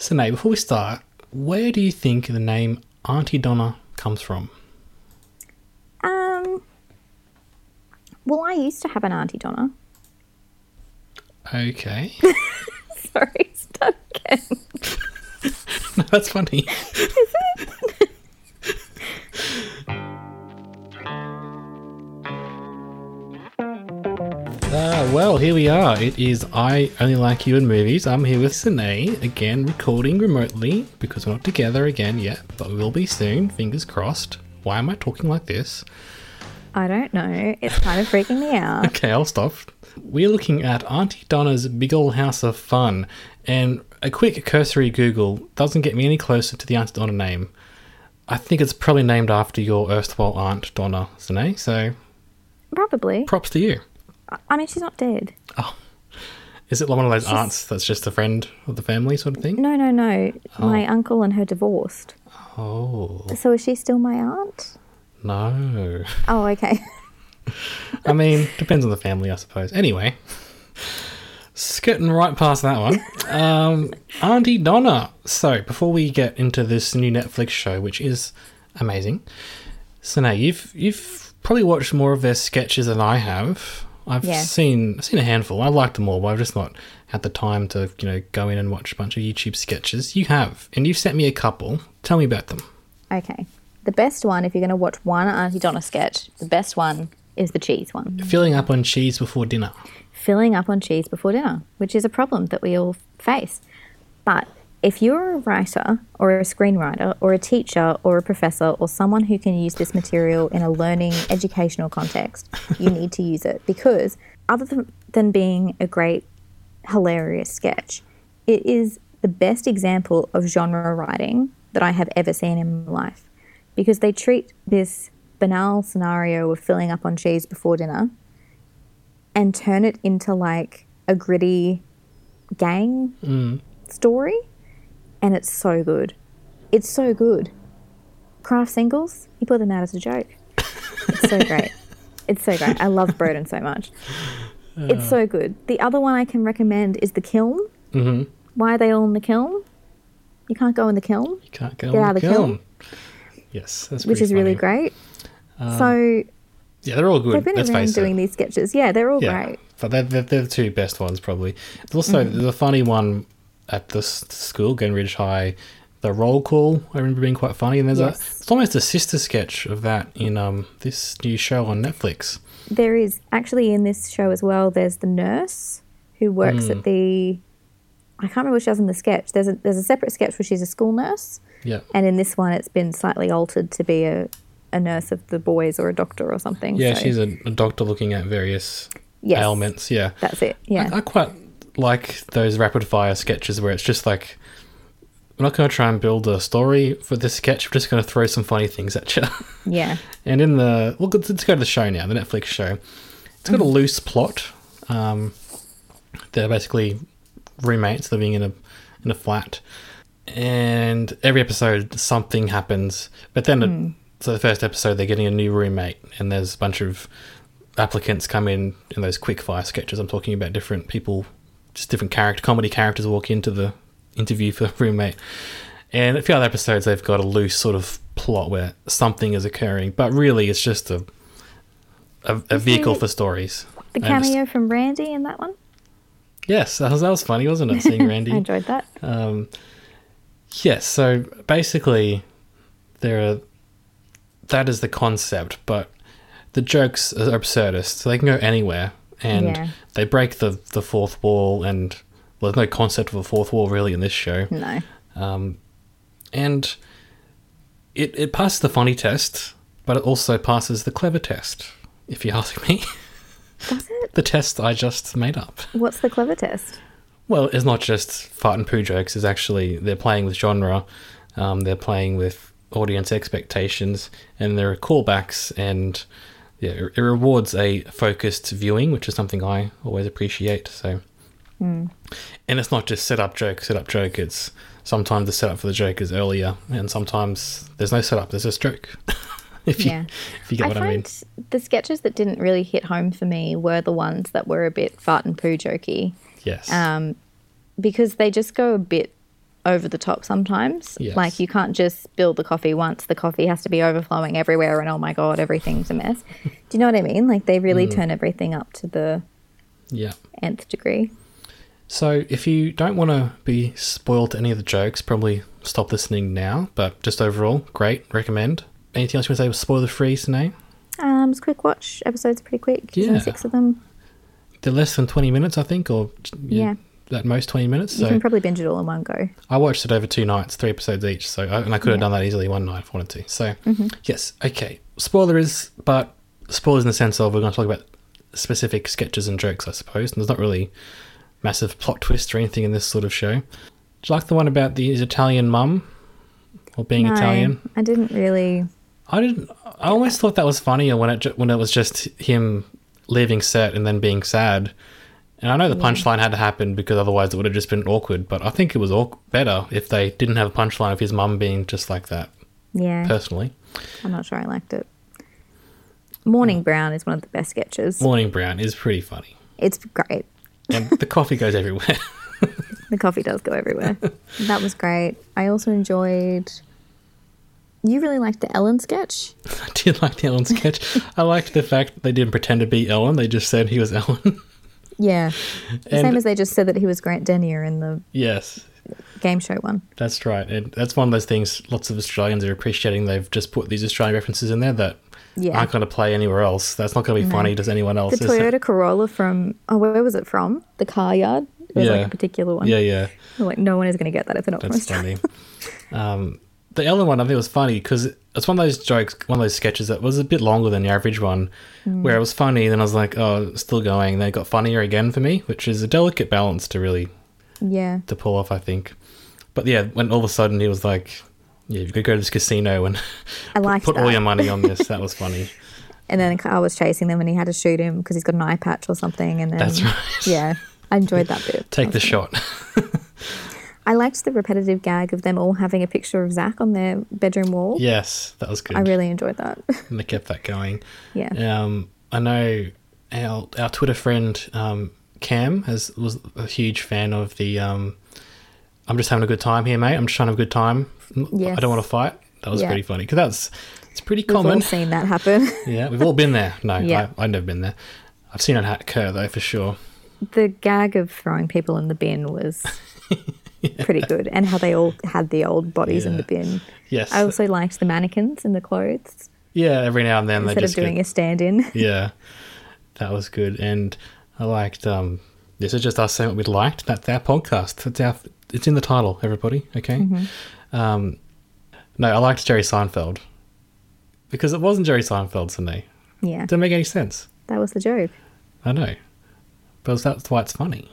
So now, before we start, where do you think the name Auntie Donna comes from? Um. Well, I used to have an auntie Donna. Okay, Sorry, start again. no, that's funny. Ah, well, here we are. It is I Only Like You in Movies. I'm here with Sine, again recording remotely because we're not together again yet, but we will be soon, fingers crossed. Why am I talking like this? I don't know. It's kind of freaking me out. Okay, I'll stop. We're looking at Auntie Donna's Big Ol' House of Fun, and a quick cursory Google doesn't get me any closer to the Auntie Donna name. I think it's probably named after your erstwhile Aunt Donna, Sine, so Probably. props to you. I mean, she's not dead. Is it one of those aunts that's just a friend of the family sort of thing? No, no, no. My uncle and her divorced. Oh, So is she still my aunt? no. Oh, okay. I mean, depends on the family, I suppose. Anyway, skirting right past that one. Um, Auntie Donna. So, before we get into this new Netflix show, which is amazing, so now you've you've probably watched more of their sketches than I have. I've Yeah. seen seen a handful. I liked them all, but I've just not had the time to you know go in and watch a bunch of YouTube sketches. You have, and you've sent me a couple. Tell me about them. Mm-hmm. Okay. The best one, if you're going to watch one Auntie Donna sketch, the best one is the cheese one. Filling up on cheese before dinner. Filling up on cheese before dinner, which is a problem that we all face. But if you're a writer or a screenwriter or a teacher or a professor or someone who can use this material in a learning educational context, you need to use it because other than, than being a great, hilarious sketch, it is the best example of genre writing that I have ever seen in my life because they treat this banal scenario of filling up on cheese before dinner and turn it into like a gritty gang Mm. story, and it's so good. It's so good. Craft singles, he put them out as a joke. It's so great. It's so great. I love Broden so much. It's so good. The other one I can recommend is The Kiln. Mm-hmm. Why are they all in the kiln? You can't go in the kiln, You can't go Get on out of the kiln. kiln. Yes, that's which pretty is really funny. Um, great. so Yeah, they're all good. they've been let's around face doing it. these sketches. Yeah, they're all Yeah, great. Mm-hmm. but they're, they're, they're the two best ones probably. There's also the funny one at this school, Genridge High. The roll call I remember being quite funny, and there's a Yes. it's almost a sister sketch of that in um this new show on Netflix. There is actually in this show as well. There's the nurse who works Hmm. at the. I can't remember if she does in the sketch. There's a there's a separate sketch where she's a school nurse, Yeah, and in this one it's been slightly altered to be a, a nurse of the boys or a doctor or something. yeah, so- she's a, a doctor looking at various Yes. ailments. Yeah, That's it. Yeah. I quite like those rapid fire sketches where it's just like we're not going to try and build a story for this sketch. We're just going to throw some funny things at you. yeah. And in the well, let's let's go to the show now, the Netflix show. It's got a loose plot. Um, they're basically roommates living in a in a flat, and every episode something happens. But then, it, so the first episode they're getting a new roommate, and there's a bunch of applicants come in in those quick fire sketches. I'm talking about different people, just different character comedy characters walk into the interview for roommate. And a few other episodes, they've got a loose sort of plot where something is occurring, but really it's just a a, a vehicle for stories. And The it's- cameo from Randy in that one. yes, that was, that was funny, wasn't it? Seeing Randy. I enjoyed that. Yes, so basically, there are. That is the concept, but the jokes are absurdist, so they can go anywhere, and Yeah. they break the the fourth wall. And well, there's no concept of a fourth wall really in this show, Um, No. and it it passes the funny test, but it also passes the clever test, if you ask me. Does it? the test I just made up. What's the clever test? Well, it's not just fart and poo jokes. It's actually they're playing with genre, um, they're playing with audience expectations, and there are callbacks, and yeah, it it rewards a focused viewing, which is something I always appreciate. So, Hmm. and it's not just setup joke, setup joke. It's sometimes the setup for the joke is earlier, and sometimes there's no setup. There's just joke. if you Yeah. if you get I what find I mean. the sketches that didn't really hit home for me were the ones that were a bit fart and poo jokey Yes. um, because they just go a bit over the top sometimes. Yes. Like you can't just build the coffee once; the coffee has to be overflowing everywhere, and oh my god, everything's a mess. Do you know what I mean? Like they Mm. really turn everything up to the yeah. nth degree. So, if you don't want to be spoiled to any of the jokes, probably stop listening now. But just overall, great, recommend. Anything else you want to say was spoiler free, Sinead? Um, it's quick watch episodes, pretty quick. There's only Yeah. six of them. They're less than 20 minutes, I think, or Yeah. at most 20 minutes. You So, can probably binge it all in one go. I watched it over two nights, three episodes each. So, I, and I could have Yeah. Mm-hmm. done that easily one night if I wanted to. So, yes, okay. Spoiler is, but spoilers in the sense of we're going to talk about specific sketches and jokes, I suppose. And there's not really massive plot twist or anything in this sort of show. Do you like the one about the Italian mum or being No, Italian? I didn't really. I didn't. I always thought that was funnier when it ju- when it was just him leaving set and then being sad. And I know the punchline had to happen because otherwise it would have just been awkward. But I think it was awk- better if they didn't have a punchline of his mum being just like that. Yeah, Personally, I'm not sure I liked it. Mm. Morning Brown is one of the best sketches. Morning Brown is pretty funny, It's great. and the coffee goes everywhere. The coffee does go everywhere. that was great. I also enjoyed. You really liked the Ellen sketch. I did like the Ellen sketch. I liked the fact that they didn't pretend to be Ellen; they just said he was Ellen. Yeah. The same And- as they just said that he was Grant Denier in the yes, game show one. That's right. And that's one of those things lots of Australians are appreciating. They've just put these Australian references in there that Yeah. aren't going to play anywhere else. That's not going to be funny to anyone else. The is it? Toyota Corolla from oh where was it from? The car yard. It was like Yeah. a particular one. Yeah, yeah. Like no one is going to get that if they're not from That's Australia. funny. um, the Ellen one, I think, was funny because it's one of those jokes, one of those sketches that was a bit longer than the average one, Mm. where it was funny. Then I was like, oh, it's still going. then it got funnier again for me, which is a delicate balance to really Yeah. to pull off, I think. But yeah, when all of a sudden he was like, yeah, you could go to this casino and I liked put all that. your money on this. That was funny. And then a car was chasing them and he had to shoot him because he's got an eye patch or something. And then That's right. Yeah. I enjoyed that bit. Take the shot. I liked the repetitive gag of them all having a picture of Zach on their bedroom wall. yes, that was good. I really enjoyed that. and they kept that going. Yeah. Um, I know our our Twitter friend um, Cam has was a huge fan of the. Um, I'm just having a good time here, mate. I'm just trying to have a good time. I Yes. don't want to fight. That was Yeah. pretty funny because that's it's pretty We've common. all seen that happen. yeah, we've all been there. No, Yeah. I, I've never been there. I've seen it occur though for sure. the gag of throwing people in the bin was pretty good, and how they all had the old bodies in Yeah. the bin. Yes. I also liked the mannequins in the clothes yeah, every now and then they instead of just doing get, a stand-in. yeah, that was good. And I liked. um This is just us saying what we liked. That's our podcast. It's our. It's in the title, everybody. Okay. Um, no, I liked Jerry Seinfeld because it wasn't Jerry Seinfeld Sunday. Yeah, It didn't make any sense. that was the joke. I know, but that's why it's funny.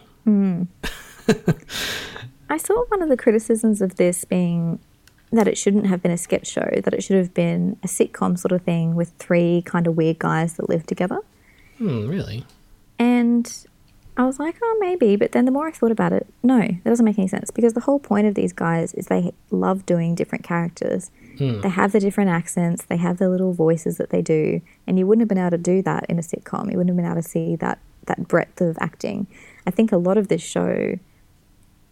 I saw one of the criticisms of this being that it shouldn't have been a sketch show, that it should have been a sitcom sort of thing with three kind of weird guys that live together. Hmm, really? And I was like, oh, maybe. But then the more I thought about it, no, that doesn't make any sense because the whole point of these guys is they love doing different characters. They have the different accents, they have the little voices that they do. And you wouldn't have been able to do that in a sitcom. You wouldn't have been able to see that, that breadth of acting. I think a lot of this show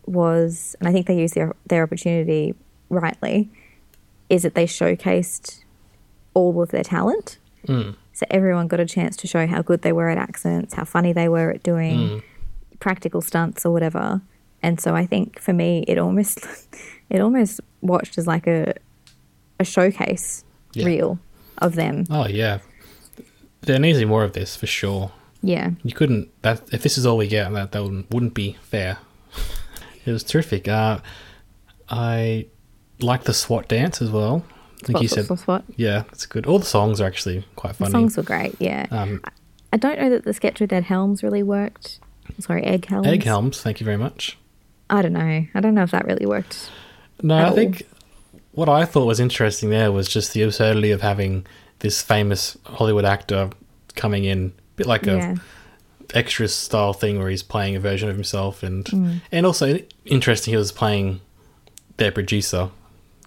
was, and I think they used their, their opportunity rightly, is that they showcased all of their talent. Mm. So everyone got a chance to show how good they were at accents, how funny they were at doing Mm. practical stunts or whatever. And so I think for me, it almost it almost watched as like a a showcase Yeah. reel of them. Oh yeah, there needs to be more of this for sure. Yeah, You couldn't. That if this is all we get, that that wouldn't, wouldn't be fair. it was terrific. Uh, I like the SWAT dance as well. I think What, you what, said, what, what? yeah, it's good. All the songs are actually quite The funny. songs were great. Yeah, Um, I don't know that the sketch with Ed Helms really worked. Sorry, egg helms. Egg Helms, thank you very much. I don't know. I don't know if that really worked. No, at I all. think what I thought was interesting there was just the absurdity of having this famous Hollywood actor coming in, a bit like Yeah. a extra style thing where he's playing a version of himself, and Mm. and also interesting he was playing their producer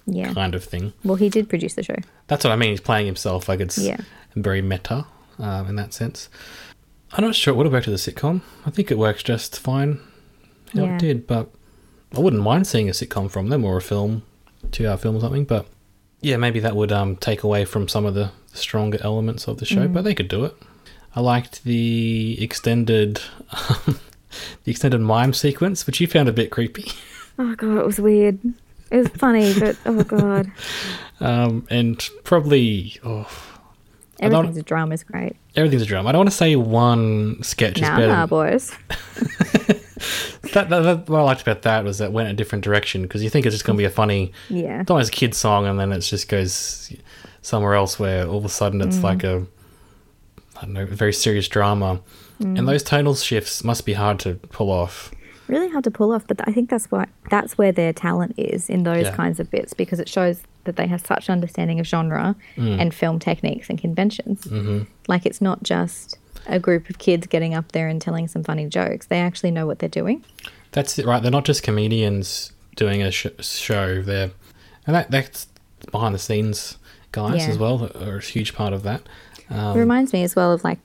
Yeah. kind of thing. Well, he did produce the show. That's what I mean. He's playing himself. Like it's Yeah. very meta um, in that sense. I'm not sure it would have worked as a sitcom. I think it works just fine how Yeah. it did, but I wouldn't mind seeing a sitcom from them or a film, two hour film or something. But yeah, maybe that would um, take away from some of the stronger elements of the Mm. show, but they could do it. I liked the extended. The extended mime sequence, which you found a bit creepy, Oh god, it was weird. It was funny, but oh god, um, and probably oh, I don't- everything's a drama is great. everything's a drama. I don't want to say one sketch is Nah, better. nah, than- boys. that, that, that- what I liked about that was that it went a different direction because you think it's just going to be a funny, Yeah. it's almost a kid song, and then it just goes somewhere else where all of a sudden Mm. it's like a, I don't know, a very serious drama. Mm. And those tonal shifts must be hard to pull off. Really hard to pull off, but I think that's why that's where their talent is in those Yeah. kinds of bits because it shows that they have such an understanding of genre Mm. and film techniques and conventions. Mm-hmm. Like it's not just a group of kids getting up there and telling some funny jokes. They actually know what they're doing. That's it, right? They're not just comedians doing a sh- show. They're and that that's behind the scenes guys Yeah. as well that are a huge part of that. It reminds me as well of like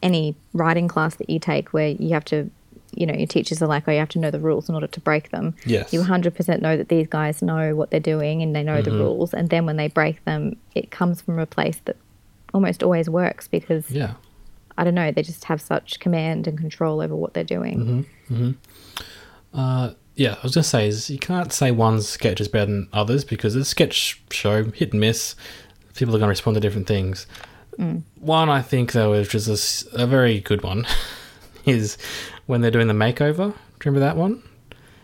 any writing class that you take where you have to, you know, your teachers are like, oh, you have to know the rules in order to break them. Yes. You 100% know that these guys know what they're doing and they know the rules. And then when they break them, it comes from a place that almost always works because, Yeah. I don't know, they just have such command and control over what they're doing. yeah, I was gonna say is you can't say one sketch is better than others because it's a sketch show, hit and miss. People are gonna respond to different things. Mm. One I think though is just a s- a, very good one is when they're doing the makeover. Do you remember that one?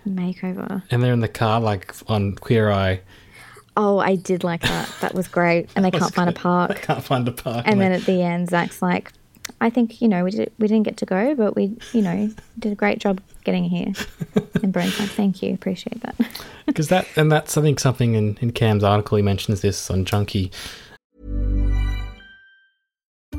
Makeover. And they're in the car like on Queer Eye. Oh, I did like that. That was great. And they can't find a I park. can't find a park. And then they- at the end, Zach's like, I think, you know, we, did, we didn't get to go, but we, you know, did a great job getting here. and Brent's like, thank you, appreciate that. Because that, and that's I think something in, in Cam's article he mentions this on Junkie.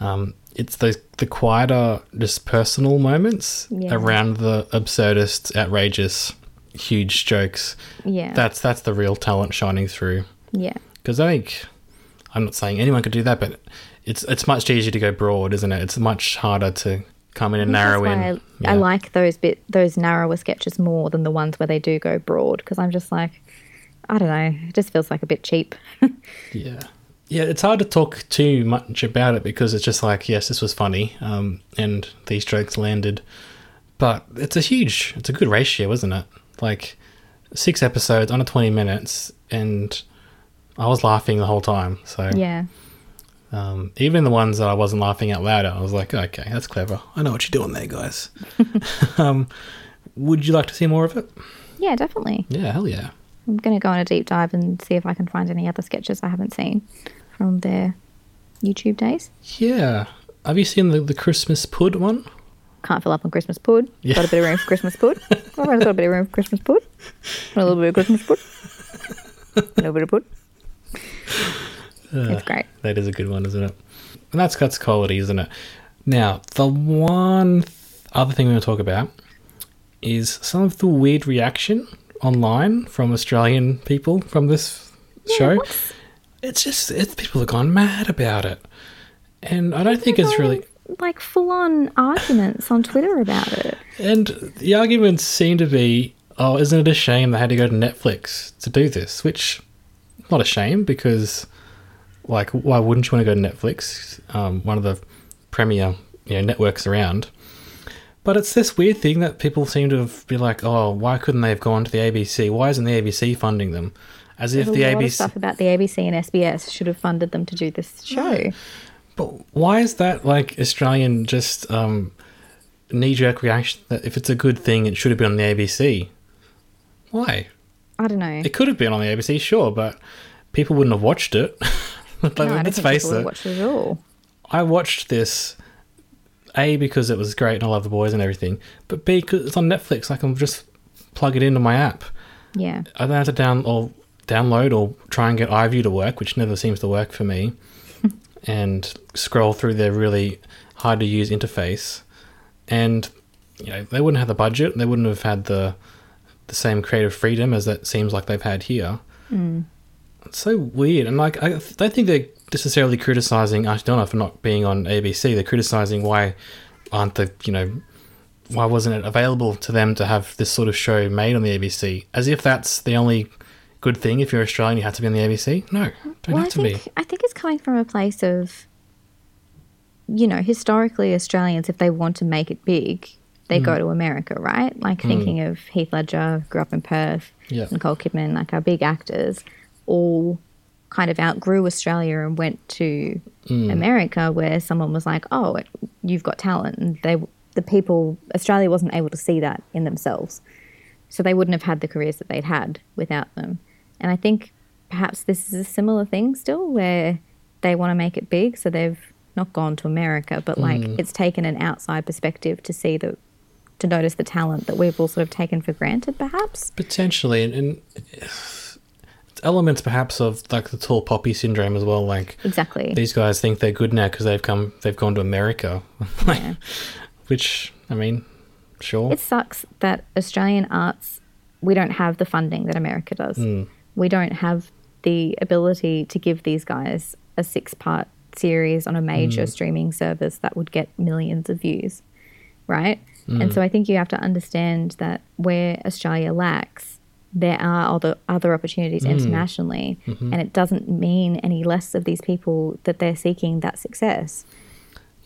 Um, it's those the quieter, just personal moments Yeah. around the absurdist, outrageous, huge jokes. Yeah. That's that's the real talent shining through. yeah. Because I think I'm not saying anyone could do that, but it's it's much easier to go broad, isn't it? It's much harder to come in and narrow That's in. why I, Yeah. I like those bit those narrower sketches more than the ones where they do go broad because I'm just like, I don't know, it just feels like a bit cheap. Yeah. Yeah, it's hard to talk too much about it because it's just like, yes, this was funny, um, and these jokes landed. But it's a huge, it's a good ratio, isn't it? Like six episodes under 20 minutes, and I was laughing the whole time. So yeah. um, even the ones that I wasn't laughing out loud at, I was like, okay, that's clever. I know what you're doing there, guys. um, would you like to see more of it? Yeah, definitely. Yeah, hell yeah. I'm going to go on a deep dive and see if I can find any other sketches I haven't seen from their YouTube days. Yeah. Have you seen the, the Christmas Pud one? Can't fill up on Christmas pud. Got a bit of room for Christmas pud. Everyone's got a bit of room for Christmas pud. A little bit of Christmas pud. A little bit of pud. it's great. Uh. That is a good one, isn't it? And that's that's quality, isn't it? Now, the one th- other thing we want to talk about is some of the weird reaction online from Australian people from this show. It's just it's people have gone mad about it, and I don't think it's really. like full on arguments on Twitter about it. And the arguments seem to be, oh, isn't it a shame they had to go to Netflix to do this? Which, not a shame because, like, why wouldn't you want to go to Netflix? Um, one of the premier you know networks around. But it's this weird thing that people seem to have be like, oh, why couldn't they have gone to the ABC? Why isn't the ABC funding them? As if There's the a lot ABC of stuff about the ABC and SBS should have funded them to do this show. But why is that like Australian just um, knee jerk reaction that if it's a good thing, it should have been on the ABC? Why? I don't know. It could have been on the ABC, sure, but people wouldn't have watched it. Like, no, I don't let's think face people would it. watch it at all. I watched this a because it was great and I love the boys and everything, but b because it's on Netflix. I can just plug it into my app. Yeah. I don't have to down or download or try and get iView to work, which never seems to work for me, and scroll through their really hard to use interface. And you know, they wouldn't have the budget. They wouldn't have had the the same creative freedom as that seems like they've had here. Hmm. It's so weird. And like, I don't think they're necessarily criticizing Archidona for not being on ABC. They're criticizing why aren't the you know why wasn't it available to them to have this sort of show made on the ABC? As if that's the only good thing. If you're Australian, you have to be on the ABC. No, don't Well, I have to think be. I think it's coming from a place of, you know, historically Australians, if they want to make it big, they go to America, right? Like thinking of Heath Ledger, grew up in Perth, Yeah. Nicole Kidman, like our big actors, all kind of outgrew Australia and went to America, where someone was like, "Oh, it, you've got talent," and they the people Australia wasn't able to see that in themselves so they wouldn't have had the careers that they'd had without them. And I think perhaps this is a similar thing still, where they want to make it big, so they've not gone to America, but like it's taken an outside perspective to see the, to notice the talent that we've all sort of taken for granted, perhaps. Potentially, and, and it's elements perhaps of like the tall poppy syndrome as well. Like Exactly. these guys think they're good now because they've come, they've gone to America. Like, Which I mean, sure. It sucks that Australian arts, we don't have the funding that America does. We don't have the ability to give these guys a six part series on a major streaming service that would get millions of views, right? And so I think you have to understand that where Australia lacks, there are other, other opportunities internationally. And it doesn't mean any less of these people that they're seeking that success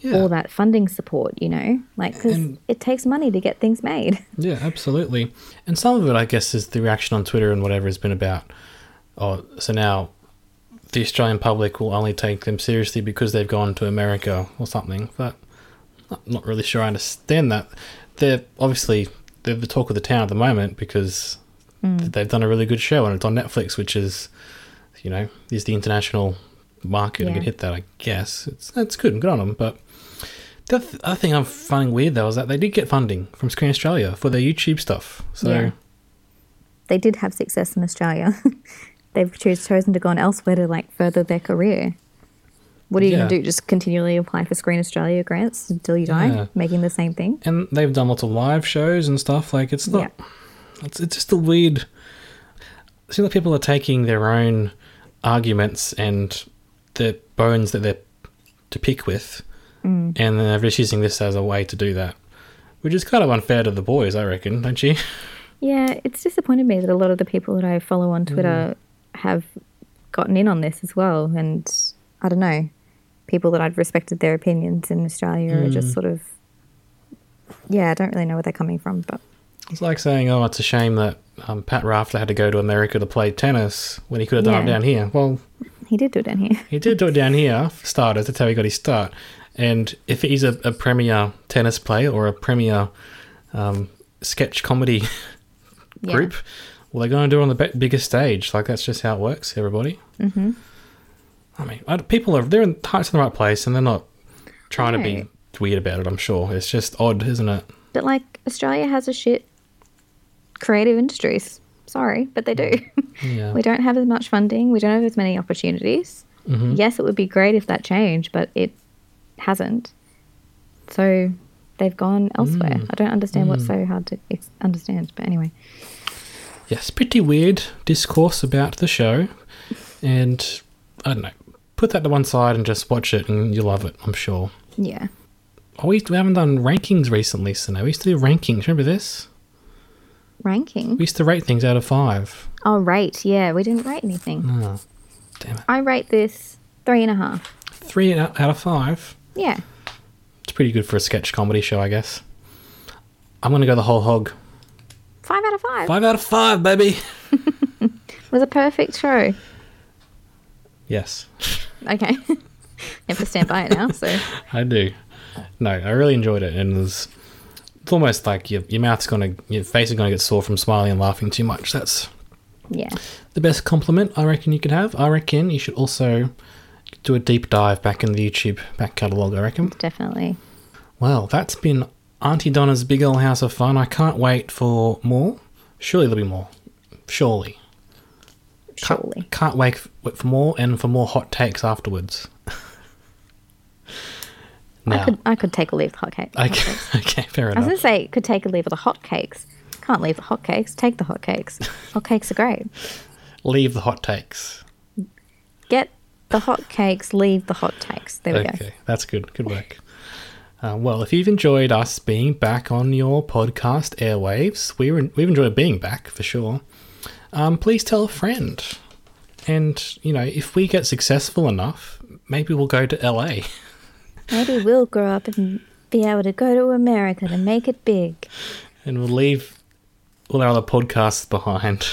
yeah. or that funding support, you know? Like, because it takes money to get things made. Yeah, absolutely. And some of it, I guess, is the reaction on Twitter and whatever has been about. Oh, so now the Australian public will only take them seriously because they've gone to America or something. But I'm not really sure I understand that. They're obviously they're the talk of the town at the moment because th- they've done a really good show and it's on Netflix, which is you know is the international market. I Yeah. can hit that, I guess. It's that's good and good on them, but. The th- other thing I'm finding weird though is that they did get funding from Screen Australia for their YouTube stuff. So Yeah. They did have success in Australia. They've choos- chosen to go on elsewhere to like further their career. What are you going Yeah. to do? Just continually apply for Screen Australia grants until you die, Yeah. making the same thing? and they've done lots of live shows and stuff. Like it's not. Yeah. It's it's just a weird. It seems like people are taking their own arguments and the bones that they're to pick with, Mm. and then they're just using this as a way to do that, which is kind of unfair to the boys, I reckon, don't you? Yeah, it's disappointed me that a lot of the people that I follow on Twitter Mm. have gotten in on this as well. And I don't know, people that I'd respected their opinions in Australia are Mm. just sort of, yeah, I don't really know where they're coming from, but It's like saying, "Oh, it's a shame that um, Pat Rafter had to go to America to play tennis when he could have done it Yeah. down here." Well, he did do it down here. He did do it down here for starters. That's how he got his start. And if he's a, a premier tennis player or a premier um, sketch comedy Yeah. group, well, they're going to do it on the be- biggest stage. Like that's just how it works. Everybody. Mm-hmm. I mean, I, people are they're in hearts in the right place, and they're not trying to Right. be weird about it. I'm sure it's just odd, isn't it? But like Australia has a shit creative industries. Sorry, but they do. Yeah. we don't have as much funding. We don't have as many Mm-hmm. opportunities. Yes, it would be great if that changed, but it hasn't. so they've gone elsewhere. I don't understand what's so hard to ex- understand. But anyway, Yes, pretty weird discourse about the show. And I don't know. Put that to one side and just watch it and you'll love it, I'm sure. yeah. Oh, we we haven't done rankings recently, so now we used to do rankings. Remember this? Ranking. We used to rate things out of five. Oh, rate. Yeah, we didn't rate anything. Oh, damn it. I rate this three and a half. Three out out of five. Yeah. It's pretty good for a sketch comedy show, I guess. I'm going to go the whole hog. Five out of five. Five out of five, baby. It was a perfect show. Yes, Okay. You have to stand by it now. So, I do. No, I really enjoyed it, and it was, it's almost like your your mouth's gonna, your face is gonna get sore from smiling and laughing too much. That's yeah. the best compliment I reckon you could have. I reckon you should also do a deep dive back in the YouTube back catalogue. I reckon. Definitely. Well, that's been Auntie Donna's big old house of fun. I can't wait for more. Surely there'll be more. Surely. Can't- Surely. Can't wait f- wait for more and for more hot takes afterwards. I now, could I could take a leave of the hotcakes. I, okay, okay, fair was enough. gonna say could take a leave of the hotcakes. Can't leave the hotcakes. Take the hotcakes. Hotcakes are great. Leave the hot takes. Get the hotcakes. Leave the hotcakes. There we go. Okay, that's good. Good work. Uh, well, if you've enjoyed us being back on your podcast airwaves, we were, we've enjoyed being back for sure. Um, please tell a friend, and you know if we get successful enough, maybe we'll go to LA. Maybe we'll grow up and be able to go to America to make it big. and we'll leave all our other podcasts behind.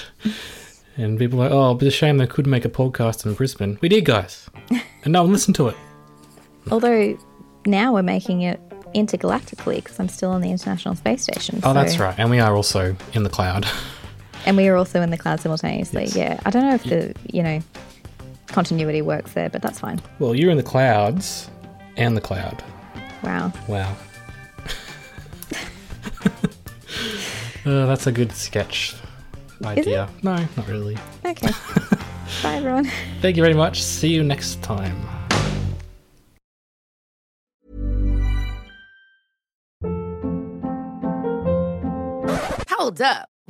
and people are like, oh, but a shame they couldn't make a podcast in Brisbane. We did, guys, and no one listened to it. Although now we're making it intergalactically because I'm still on the International Space Station. Oh, that's so- right, and we are also in the cloud. And we are also in the cloud simultaneously. Yeah. I don't know if the you know continuity works there, but that's fine. well, you're in the clouds and the cloud. Wow. Wow. Uh, that's a good sketch idea. No, not really. Okay. Bye everyone. Thank you very much. See you next time. Hold up.